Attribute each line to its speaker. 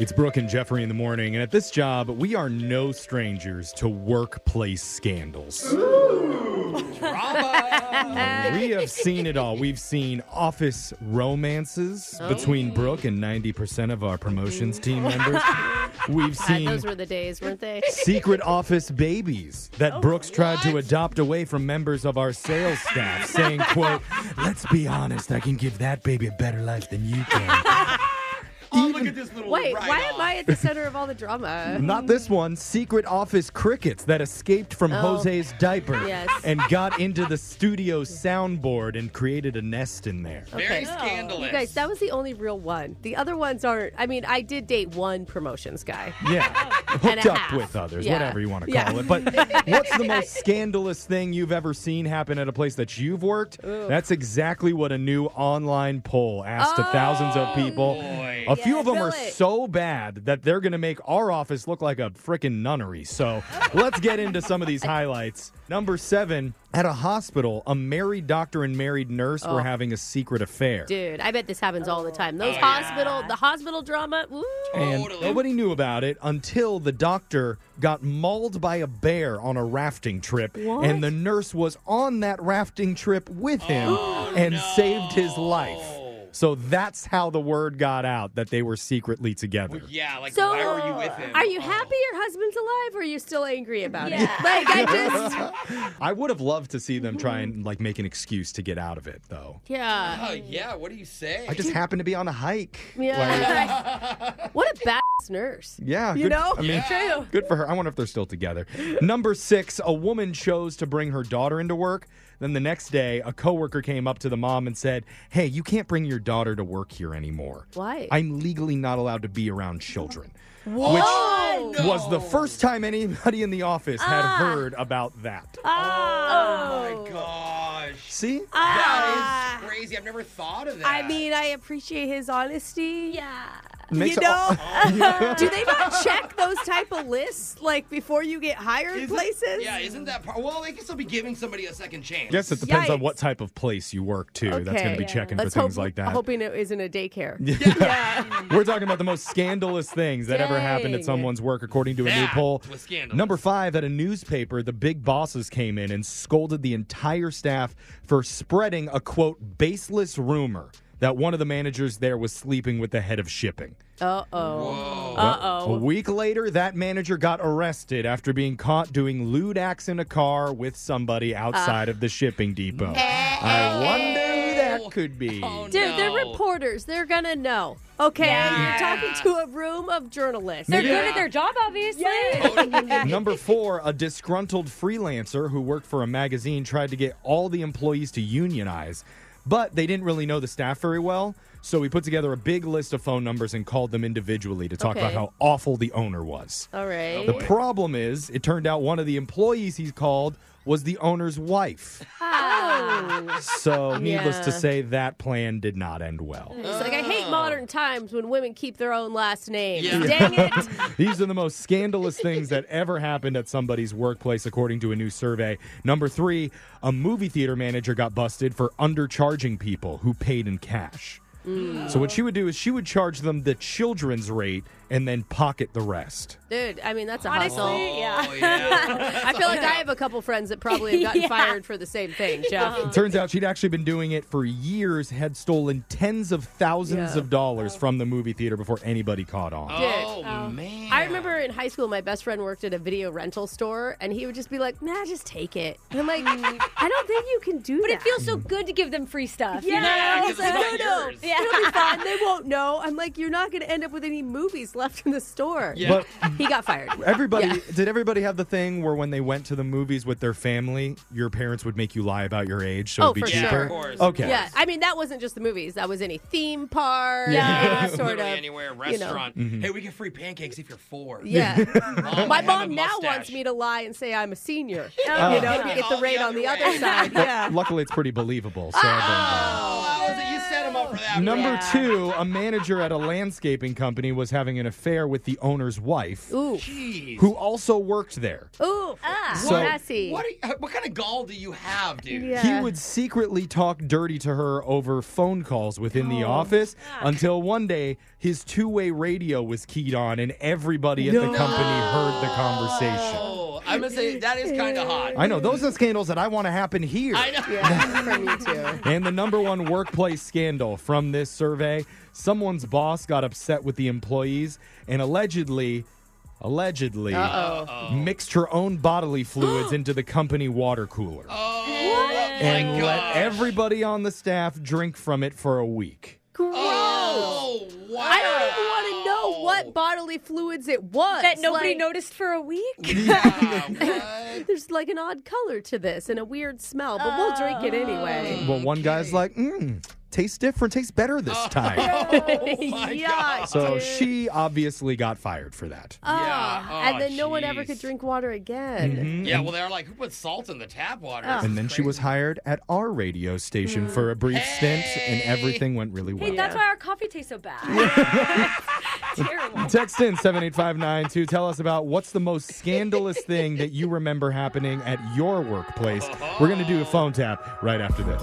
Speaker 1: It's Brooke and Jeffrey in the morning, and at this job, we are no strangers to workplace scandals. we have seen it all. We've seen office romances between Brooke and 90% of our promotions team members. We've
Speaker 2: God,
Speaker 1: seen
Speaker 2: those were the days, weren't they?
Speaker 1: secret office babies that Brooks tried to adopt away from members of our sales staff, saying, quote, let's be honest, I can give that baby a better life than you can.
Speaker 3: Oh, look at this little
Speaker 2: Wait,
Speaker 3: write
Speaker 2: why
Speaker 3: off.
Speaker 2: am I at the center of all the drama?
Speaker 1: Not this one, secret office crickets that escaped from
Speaker 2: Oh.
Speaker 1: Jose's diaper
Speaker 2: Yes.
Speaker 1: and got into the studio soundboard and created a nest in there.
Speaker 3: Very
Speaker 2: Okay.
Speaker 3: scandalous.
Speaker 2: You guys, that was the only real one. The other ones aren't. I mean, I did date one promotions guy.
Speaker 1: Yeah.
Speaker 2: And
Speaker 1: Hooked
Speaker 2: a
Speaker 1: up
Speaker 2: half.
Speaker 1: with others,
Speaker 2: Yeah.
Speaker 1: whatever you want to
Speaker 2: Yeah.
Speaker 1: call it. But what's the most scandalous thing you've ever seen happen at a place that you've worked? That's exactly what a new online poll asked to thousands of people.
Speaker 3: boy.
Speaker 1: A few
Speaker 2: Oh, Yeah,
Speaker 1: of them
Speaker 2: fill
Speaker 1: are
Speaker 2: it.
Speaker 1: so bad that they're going to make our office look like a freaking nunnery. So let's get into some of these highlights. Number seven, at a hospital, a married doctor and married nurse
Speaker 2: Oh.
Speaker 1: were having a secret affair.
Speaker 2: Dude, I bet this happens all the time. Those
Speaker 3: Oh, yeah.
Speaker 2: hospital, the hospital drama. Woo.
Speaker 1: And
Speaker 3: Totally.
Speaker 1: nobody knew about it until the doctor got mauled by a bear on a rafting trip. And the nurse was on that rafting trip with him
Speaker 2: Oh,
Speaker 1: and saved his life. So that's how the word got out that they were secretly together.
Speaker 3: Yeah, like
Speaker 2: So,
Speaker 3: why were you with him?
Speaker 2: Are you happy your husband's alive, or are you still angry about it? Like I just,
Speaker 1: I would have loved to see them try and like make an excuse to get out of it though.
Speaker 2: yeah,
Speaker 3: Oh yeah, what do you say?
Speaker 1: I just happened to be on a hike. Like,
Speaker 2: yeah. what a bad nurse.
Speaker 1: yeah,
Speaker 2: You
Speaker 1: good-
Speaker 2: know,
Speaker 1: I mean,
Speaker 2: true.
Speaker 1: Good for her. I wonder if they're still together. Number six, a woman chose to bring her daughter into work. Then the next day, a coworker came up to the mom and said, Hey, you can't bring your daughter to work here anymore.
Speaker 2: Why?
Speaker 1: I'm legally not allowed to be around children.
Speaker 2: Oh,
Speaker 1: Which was the first time anybody in the office had
Speaker 2: Ah.
Speaker 1: heard about that.
Speaker 3: Oh my gosh.
Speaker 1: See?
Speaker 2: ah,
Speaker 3: That is crazy. I've never thought of that.
Speaker 4: I mean, I appreciate his honesty.
Speaker 2: yeah.
Speaker 1: Makes
Speaker 4: you
Speaker 1: it-
Speaker 4: know,
Speaker 2: Do they not?
Speaker 4: check those type of lists like before you get hired
Speaker 3: Isn't-
Speaker 4: places.
Speaker 3: Yeah, isn't that part? Well, they can still be giving somebody a second chance.
Speaker 1: Guess it depends on
Speaker 4: Yikes.
Speaker 1: what type of place you work, too. That's going to
Speaker 2: Okay.
Speaker 1: be checking
Speaker 2: Let's
Speaker 1: for
Speaker 2: hope,
Speaker 1: things like that.
Speaker 2: hoping it isn't a daycare.
Speaker 1: We're talking about the most scandalous things that ever happened at
Speaker 2: Dang.
Speaker 1: someone's work, according to a new
Speaker 3: That
Speaker 1: poll.
Speaker 3: was scandalous.
Speaker 1: Number five, at a newspaper, the big bosses came in and scolded the entire staff for spreading a quote baseless rumor that one of the managers there was sleeping with the head of shipping.
Speaker 2: Uh oh.
Speaker 3: Whoa.
Speaker 2: Uh
Speaker 1: A
Speaker 2: oh.
Speaker 1: week later, that manager got arrested after being caught doing lewd acts in a car with somebody outside of the shipping depot. I wonder who that could be.
Speaker 3: Oh,
Speaker 2: Dude, they're
Speaker 3: no.
Speaker 2: reporters. They're gonna know. Okay, you're talking to a room of journalists.
Speaker 1: They're
Speaker 2: They're
Speaker 1: Yeah.
Speaker 2: good
Speaker 3: good
Speaker 2: at
Speaker 3: at
Speaker 2: their
Speaker 3: their
Speaker 2: job, obviously. Oh,
Speaker 1: Number four, a disgruntled freelancer who worked for a magazine tried to get all the employees to unionize, but they didn't really know the staff very well. So we put together a big list of phone numbers and called them individually to talk about
Speaker 2: Okay.
Speaker 1: how awful the owner was.
Speaker 2: All right.
Speaker 1: The problem is, it turned out one of the employees he's called was the owner's wife.
Speaker 3: Oh,
Speaker 1: So, needless to
Speaker 2: Yeah.
Speaker 1: say, that plan did not end well.
Speaker 2: It's like I hate modern times when women keep their own last name.
Speaker 3: Oh. Yeah.
Speaker 2: Dang it.
Speaker 1: These are the most scandalous things that ever happened at somebody's workplace, according to a new survey. Number three, a movie theater manager got busted for undercharging people who paid in cash. So, what she would do is she would charge them the children's rate and then pocket the rest.
Speaker 2: Dude, I mean that's a hustle.
Speaker 4: Honestly, yeah.
Speaker 3: Oh, yeah.
Speaker 2: I feel like I have a couple friends that probably have gotten fired for the same thing, Jeff.
Speaker 1: It turns out she'd actually been doing it for years, had stolen tens of thousands
Speaker 2: Yeah.
Speaker 1: of dollars from the movie theater before anybody caught on.
Speaker 3: oh, man.
Speaker 2: I remember in high school, my best friend worked at a video rental store, and he would just be like, "Nah, just take it." And I'm like, "I don't think you can do
Speaker 5: Mm. But
Speaker 2: that."
Speaker 5: it feels so good to give them free stuff. you know?
Speaker 3: Yeah,
Speaker 2: Yeah,
Speaker 3: because it's not yours.
Speaker 5: Yeah.
Speaker 2: It'll be fine. They won't know. I'm like, you're not going to end up with any movies left in the store.
Speaker 3: Yeah.
Speaker 1: But-
Speaker 2: he got fired.
Speaker 1: Everybody, did everybody have the thing where when they went to the movies with their family, your parents would make you lie about your age so
Speaker 2: Oh,
Speaker 1: it'd be
Speaker 2: for
Speaker 1: cheaper?
Speaker 2: sure. Yeah, of
Speaker 3: course.
Speaker 1: Okay.
Speaker 2: Yeah, I mean that wasn't just the movies. That was any theme park,
Speaker 1: Yeah.
Speaker 2: any uh, sort of
Speaker 3: Literally anywhere,
Speaker 2: you know.
Speaker 3: restaurant.
Speaker 1: Mm-hmm.
Speaker 3: Hey, we get free pancakes if you're four.
Speaker 2: Yeah.
Speaker 3: Mom,
Speaker 2: My
Speaker 3: I have a
Speaker 2: mom now
Speaker 3: mustache.
Speaker 2: wants me to lie and say I'm a senior.
Speaker 4: Oh,
Speaker 2: you know, to
Speaker 4: yeah.
Speaker 2: get the
Speaker 3: Oh,
Speaker 2: rate
Speaker 3: the
Speaker 2: on the
Speaker 3: other
Speaker 2: other
Speaker 3: way.
Speaker 2: side.
Speaker 1: Well,
Speaker 2: Yeah. Ah!
Speaker 1: Luckily, it's pretty believable. So I don't know.
Speaker 3: Oh, it. You set him up for that.
Speaker 1: Number
Speaker 3: one.
Speaker 1: two, a manager at a landscaping company was having an affair with the owner's wife,
Speaker 2: Ooh.
Speaker 3: Jeez.
Speaker 1: who also worked there.
Speaker 2: Ooh. Ah.
Speaker 1: So-
Speaker 2: messy.
Speaker 3: What, are you, what kind of gall do you have, dude?
Speaker 2: Yeah.
Speaker 1: He would secretly talk dirty to her over phone calls within
Speaker 2: Oh,
Speaker 1: the office until one day his two way radio was keyed on and everybody at the company heard the conversation.
Speaker 3: Oh, I'm gonna say that is kind of hot.
Speaker 1: I know, those are scandals that I want to happen here.
Speaker 3: I know.
Speaker 2: Yeah, from you
Speaker 3: Oh.
Speaker 2: too.
Speaker 1: And the number one workplace scandal from this survey someone's boss got upset with the employees and allegedly, allegedly, mixed her own bodily fluids into the company water cooler
Speaker 3: Oh,
Speaker 1: and
Speaker 3: my
Speaker 1: let
Speaker 3: god.
Speaker 1: everybody on the staff drink from it for a week.
Speaker 3: oh, wow.
Speaker 2: I don't even want to know
Speaker 1: Oh.
Speaker 2: what bodily fluids it was.
Speaker 5: that nobody
Speaker 2: Like,
Speaker 5: noticed for a week.
Speaker 3: Yeah, what?
Speaker 2: There's like an odd color to this and a weird smell, but we'll drink it anyway.
Speaker 1: Well, one guy's like, mmm, tastes different, tastes better this time.
Speaker 3: Oh my god.
Speaker 1: So she obviously got fired for that.
Speaker 3: Yeah. Oh,
Speaker 2: Ah, and then no one ever
Speaker 3: jeez. Mm-hmm.
Speaker 2: could drink water again.
Speaker 3: Yeah, well, they're like, who put salt in the tap water?
Speaker 2: Uh.
Speaker 3: This
Speaker 1: And
Speaker 3: is
Speaker 1: then she
Speaker 3: crazy.
Speaker 1: was hired at our radio station for a brief stint, and everything went really well.
Speaker 5: Hey, that's why our coffee tastes so bad. Terrible.
Speaker 1: Text in 78592. Tell us about what's the most scandalous thing that you remember happening at your workplace. We're going to do a phone tap right after this.